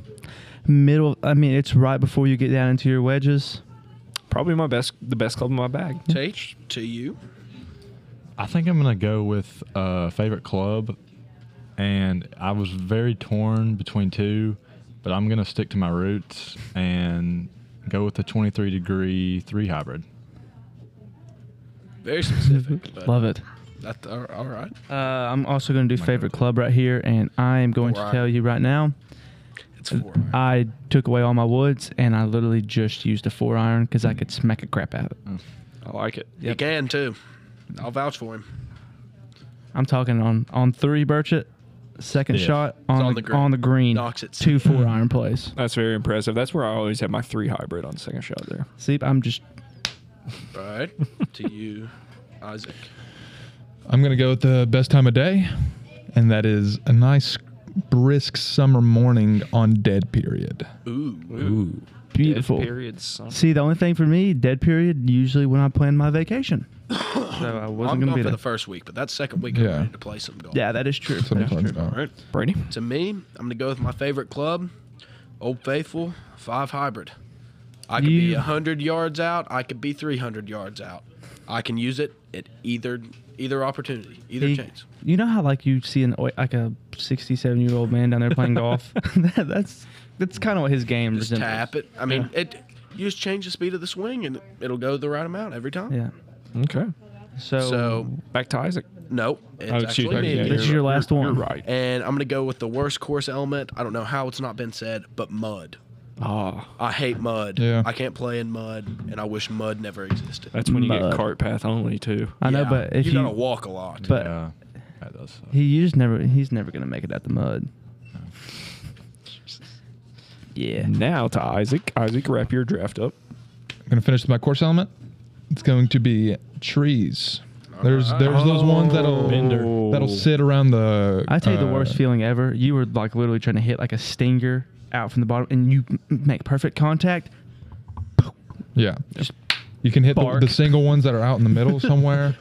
[SPEAKER 2] Middle. I mean, it's right before you get down into your wedges.
[SPEAKER 6] Probably my best, the best club in my bag.
[SPEAKER 3] Tate, to you.
[SPEAKER 7] I think I'm gonna go with uh, favorite club, and I was very torn between two, but I'm gonna stick to my roots and go with the 23 degree three hybrid.
[SPEAKER 3] Very specific. But
[SPEAKER 2] Love it.
[SPEAKER 3] That, all all right.
[SPEAKER 2] Uh, I'm also going to
[SPEAKER 3] Oh
[SPEAKER 2] do favorite club right here, and I am going to
[SPEAKER 3] Four-iron.
[SPEAKER 2] tell you right now.
[SPEAKER 3] It's four.
[SPEAKER 2] I took away all my woods, and I literally just used a four iron because I could smack a crap out of
[SPEAKER 3] Mm.
[SPEAKER 2] it.
[SPEAKER 6] I like it.
[SPEAKER 3] He can, too. I'll vouch for him.
[SPEAKER 2] I'm talking on on three Burchett, second
[SPEAKER 7] Yeah.
[SPEAKER 2] shot on,
[SPEAKER 3] on
[SPEAKER 2] the,
[SPEAKER 3] the green.
[SPEAKER 2] on the green,
[SPEAKER 3] Knocks it.
[SPEAKER 2] two four iron plays.
[SPEAKER 6] That's very impressive. That's where I always have my three hybrid on second shot there.
[SPEAKER 2] See, I'm just
[SPEAKER 3] All right. to you, Isaac.
[SPEAKER 4] I'm gonna go with the best time of day, and that is a nice brisk summer morning on dead period.
[SPEAKER 3] Ooh.
[SPEAKER 5] Ooh.
[SPEAKER 2] beautiful.
[SPEAKER 6] Period. son.
[SPEAKER 2] See, the only thing for me, dead period, usually when I plan my
[SPEAKER 3] [COUGHS]
[SPEAKER 2] vacation. so I
[SPEAKER 3] I'm
[SPEAKER 2] wasn't going to
[SPEAKER 3] gone
[SPEAKER 2] be
[SPEAKER 3] for
[SPEAKER 2] there.
[SPEAKER 3] the first week, but that second week
[SPEAKER 4] Yeah.
[SPEAKER 3] I'm ready to play some golf.
[SPEAKER 2] yeah, that is true.
[SPEAKER 4] That's what I'm talking
[SPEAKER 3] All
[SPEAKER 4] about.
[SPEAKER 3] right.
[SPEAKER 6] Brady.
[SPEAKER 3] To me, I'm gonna go with my favorite club, Old Faithful Five Hybrid. I could be
[SPEAKER 2] You-
[SPEAKER 3] be hundred yards out. I could be three hundred yards out. I can use it at either either opportunity, either
[SPEAKER 2] He-
[SPEAKER 3] chance.
[SPEAKER 2] You know how like you see an oi- like a 67 year old man down there
[SPEAKER 3] [LAUGHS]
[SPEAKER 2] playing golf. [LAUGHS] That- that's that's kind of what his game
[SPEAKER 3] Just
[SPEAKER 2] resembles.
[SPEAKER 3] tap it. I mean, it. You just change the speed of the swing, and it'll go the right amount every time.
[SPEAKER 2] Yeah. Oh.
[SPEAKER 6] Okay.
[SPEAKER 2] So,
[SPEAKER 3] So
[SPEAKER 6] Back to Isaac.
[SPEAKER 3] no, it's
[SPEAKER 6] Oh, excuse
[SPEAKER 3] actually
[SPEAKER 6] me.
[SPEAKER 3] me.
[SPEAKER 6] Yeah,
[SPEAKER 2] this
[SPEAKER 6] you're
[SPEAKER 2] is your
[SPEAKER 6] right.
[SPEAKER 2] last
[SPEAKER 6] You're
[SPEAKER 2] one.
[SPEAKER 6] right.
[SPEAKER 3] And I'm gonna go with the worst course element. I don't know how it's not been said, but mud.
[SPEAKER 6] Ah,
[SPEAKER 3] I hate mud.
[SPEAKER 4] Yeah.
[SPEAKER 3] I can't play in mud, and I wish mud never existed.
[SPEAKER 6] that's when you get
[SPEAKER 2] Mud.
[SPEAKER 6] cart path only too.
[SPEAKER 2] I know,
[SPEAKER 3] Yeah,
[SPEAKER 2] but if
[SPEAKER 3] you
[SPEAKER 2] you,
[SPEAKER 3] gotta walk uh, a lot. [LAUGHS]
[SPEAKER 2] but
[SPEAKER 7] Yeah, Uh, that does suck.
[SPEAKER 2] he you just never he's never gonna make it out the mud.
[SPEAKER 3] [LAUGHS]
[SPEAKER 2] Yeah.
[SPEAKER 6] Now to Isaac. Isaac, wrap your draft up.
[SPEAKER 4] I'm gonna finish with my course element. It's going to be trees. There's there's those ones that'll
[SPEAKER 6] Bender.
[SPEAKER 4] that'll sit around the.
[SPEAKER 2] I tell you the
[SPEAKER 4] uh,
[SPEAKER 2] worst feeling ever. You were like literally trying to hit like a stinger out from the bottom, and you m- make perfect contact.
[SPEAKER 4] Yeah,
[SPEAKER 2] Just
[SPEAKER 4] You can hit the,
[SPEAKER 2] Bark.
[SPEAKER 4] the single ones that are out in the
[SPEAKER 2] [LAUGHS]
[SPEAKER 4] middle somewhere,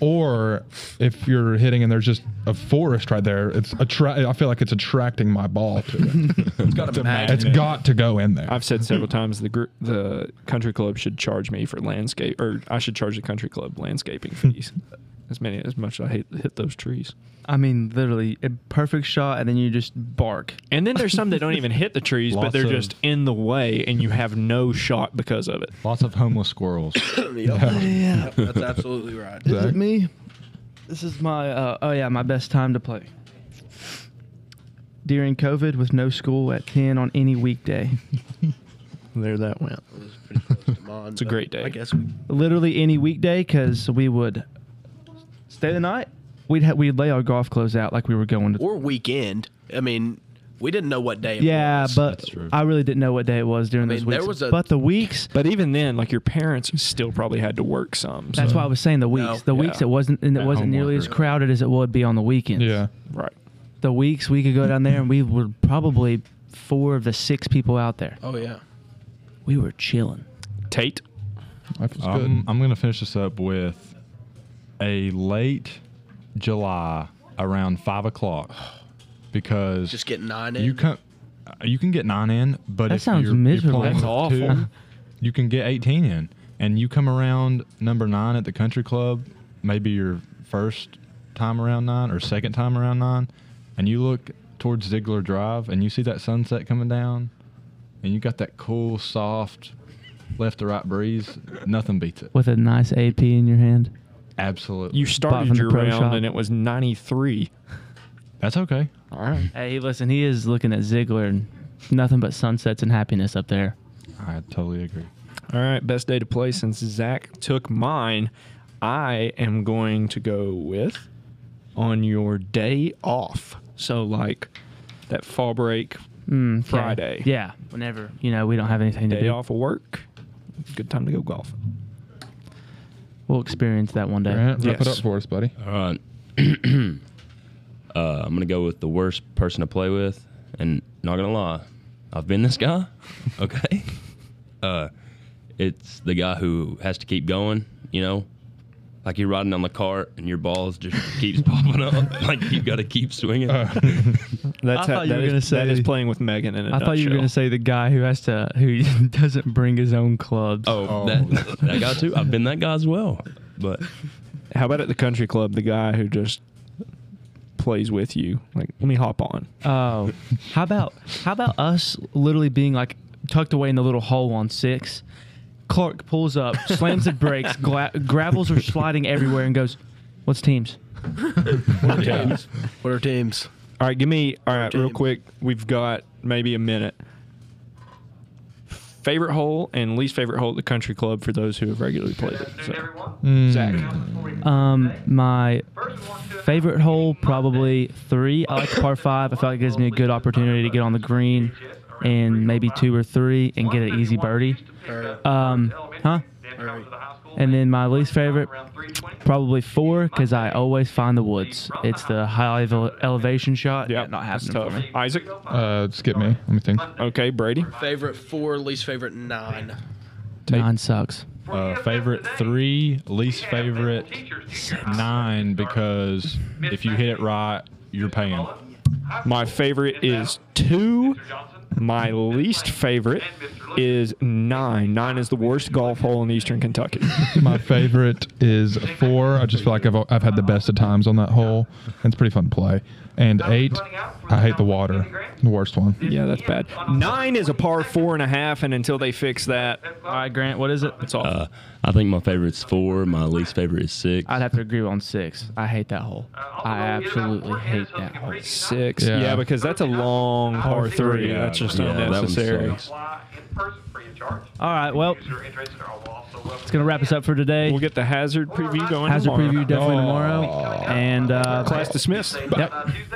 [SPEAKER 4] or if you're hitting and there's just a forest right there, it's attra- I feel like it's attracting my ball to it.
[SPEAKER 7] [LAUGHS]
[SPEAKER 3] It's got a magnet.
[SPEAKER 4] it's got to go in there.
[SPEAKER 6] I've said several
[SPEAKER 2] Mm-hmm.
[SPEAKER 6] times the gr- the country club should charge me for landscape, or I should charge the country
[SPEAKER 2] [LAUGHS]
[SPEAKER 6] club landscaping fees. as many as much as I hate hit those trees.
[SPEAKER 2] I mean, literally a perfect shot, and then you just bark.
[SPEAKER 6] And then there's some that don't even hit the trees, but
[SPEAKER 7] Lots
[SPEAKER 6] they're
[SPEAKER 7] of-
[SPEAKER 6] just in the way, and you have no shot because of it.
[SPEAKER 7] Lots of homeless squirrels.
[SPEAKER 3] Yep. Yep, that's absolutely right.
[SPEAKER 2] Is it me? This is my uh, oh yeah, my best time to play. During COVID, with no school at ten on any weekday,
[SPEAKER 6] [LAUGHS] There that went.
[SPEAKER 3] It was pretty close
[SPEAKER 6] [LAUGHS]
[SPEAKER 3] to mine,
[SPEAKER 6] It's a
[SPEAKER 3] but
[SPEAKER 6] great day.
[SPEAKER 3] I guess we
[SPEAKER 2] literally any weekday, because we would stay the night. We'd ha- we'd lay our golf clothes out like we were going to.
[SPEAKER 3] or weekend. I mean, we didn't know what day. It
[SPEAKER 2] Yeah,
[SPEAKER 3] was.
[SPEAKER 2] but
[SPEAKER 7] that's true.
[SPEAKER 2] I really didn't know what day it was during
[SPEAKER 3] I
[SPEAKER 2] those
[SPEAKER 3] mean, there
[SPEAKER 2] weeks.
[SPEAKER 3] was a-
[SPEAKER 2] but the weeks,
[SPEAKER 6] But even then, like your parents still probably had to work some.
[SPEAKER 2] that's
[SPEAKER 6] so-
[SPEAKER 2] why I was saying the weeks. the
[SPEAKER 6] yeah.
[SPEAKER 2] weeks it wasn't and it
[SPEAKER 7] At
[SPEAKER 2] wasn't
[SPEAKER 7] home
[SPEAKER 2] nearly as
[SPEAKER 7] worker.
[SPEAKER 2] crowded as it would be on the weekends.
[SPEAKER 4] yeah,
[SPEAKER 6] right.
[SPEAKER 2] the weeks we could go down there and we were probably four of the six people out there.
[SPEAKER 3] oh yeah,
[SPEAKER 2] We were chilling.
[SPEAKER 6] Tate,
[SPEAKER 4] that feels
[SPEAKER 7] I'm,
[SPEAKER 4] good.
[SPEAKER 7] Um, I'm going to finish this up with a late July around five o'clock because
[SPEAKER 3] just getting nine in.
[SPEAKER 7] you can uh, you can get nine in, but
[SPEAKER 2] That
[SPEAKER 7] if
[SPEAKER 2] sounds
[SPEAKER 7] you're,
[SPEAKER 2] miserable.
[SPEAKER 7] You're playing
[SPEAKER 2] That's
[SPEAKER 7] with
[SPEAKER 6] awful.
[SPEAKER 7] Two, you can get eighteen in, and you come around number nine at the country club, maybe your first time around nine or second time around nine, and you look towards Ziegler Drive and you see that sunset coming down, and you got that cool soft. Left to right breeze, nothing beats it.
[SPEAKER 2] with a nice AP in your hand.
[SPEAKER 7] Absolutely.
[SPEAKER 6] you
[SPEAKER 2] from
[SPEAKER 6] started
[SPEAKER 2] the
[SPEAKER 6] your
[SPEAKER 2] pro
[SPEAKER 6] round
[SPEAKER 2] shop.
[SPEAKER 6] and it was 93.
[SPEAKER 7] That's okay.
[SPEAKER 6] All right.
[SPEAKER 2] Hey, listen, he is looking at Ziegler and nothing but sunsets and happiness up there.
[SPEAKER 7] I totally agree.
[SPEAKER 6] All right. Best day to play since Zach took mine. I am going to go with on your day off. So, like that fall break,
[SPEAKER 2] Mm, 'kay.
[SPEAKER 6] Friday.
[SPEAKER 2] Yeah, whenever you know we don't have anything to
[SPEAKER 6] day
[SPEAKER 2] do,
[SPEAKER 6] off of work, good time to go golf.
[SPEAKER 2] we'll experience that one day.
[SPEAKER 4] Grant, wrap it
[SPEAKER 6] Yes.
[SPEAKER 4] up for us, buddy.
[SPEAKER 5] All right. [CLEARS THROAT] uh, I'm gonna go with the worst person to play with, and not gonna lie, I've been this guy. [LAUGHS] Okay. uh, it's the guy who has to keep going. You know, like you're riding on the cart and your balls just [LAUGHS] keeps popping up. [LAUGHS] Like you gotta keep swinging.
[SPEAKER 6] That's
[SPEAKER 2] I
[SPEAKER 6] how,
[SPEAKER 2] thought you
[SPEAKER 6] that
[SPEAKER 2] were
[SPEAKER 6] is-
[SPEAKER 2] gonna say-
[SPEAKER 6] that is playing with Megan. In a
[SPEAKER 2] I thought you were
[SPEAKER 6] nutshell.
[SPEAKER 2] gonna say the guy who has to who [LAUGHS] doesn't bring his own clubs.
[SPEAKER 5] oh, that, that guy too. I've been that guy as well. But
[SPEAKER 6] How about at the country club, the guy who just plays with you? Like, let me hop on.
[SPEAKER 2] Oh, how about how about us literally being like tucked away in the little hole on six? Clark pulls up, slams the brakes, gla- gravels are sliding everywhere, and goes, "What's teams?"
[SPEAKER 3] what are teams? What are teams?
[SPEAKER 6] All right, give me, all right, real
[SPEAKER 3] James.
[SPEAKER 6] quick. We've got maybe a minute. Favorite hole and least favorite hole at the country club for those who have regularly played it. So, Hmm. Zach.
[SPEAKER 2] Um, my favorite hole probably three. I like par five. I feel like it gives me a good opportunity to get on the green and maybe two or three and get an easy birdie. Um, huh? And then my least favorite, probably four, because I always find the woods. It's the high elev- elevation shot.
[SPEAKER 6] Yeah,
[SPEAKER 2] not
[SPEAKER 6] that's
[SPEAKER 2] happening for
[SPEAKER 6] tough.
[SPEAKER 2] me.
[SPEAKER 6] Isaac.
[SPEAKER 4] Uh, skip me. Let me think.
[SPEAKER 6] Okay, Brady.
[SPEAKER 3] Favorite four, least favorite nine.
[SPEAKER 2] Nine sucks.
[SPEAKER 7] Uh, favorite three, least favorite nine, because if you hit it right, you're paying.
[SPEAKER 6] My favorite is two. My least favorite is nine. Nine is the worst golf hole in Eastern Kentucky. [LAUGHS]
[SPEAKER 4] My favorite is four. I just feel like I've, I've had the best of times on that hole. It's pretty fun to play. And eight, I hate the water. The worst one.
[SPEAKER 6] Yeah, that's bad. Nine is a par four and a half, and until they fix that,
[SPEAKER 2] All right, Grant, what is it?
[SPEAKER 6] it's off.
[SPEAKER 5] uh, I think my favorite's four. My least favorite is six.
[SPEAKER 2] I'd have to agree on six. I hate that hole. I absolutely hate that hole.
[SPEAKER 6] Six.
[SPEAKER 4] Yeah.
[SPEAKER 6] Yeah. because that's a long par three.
[SPEAKER 7] yeah.
[SPEAKER 6] That's just
[SPEAKER 5] Yeah, that one
[SPEAKER 6] unnecessary.
[SPEAKER 5] sucks.
[SPEAKER 2] All right, well, it's going to wrap us up for today.
[SPEAKER 6] We'll get the hazard preview going.
[SPEAKER 2] Hazard
[SPEAKER 6] tomorrow.
[SPEAKER 2] preview definitely tomorrow. And uh,
[SPEAKER 6] Class dismissed.
[SPEAKER 2] Yep.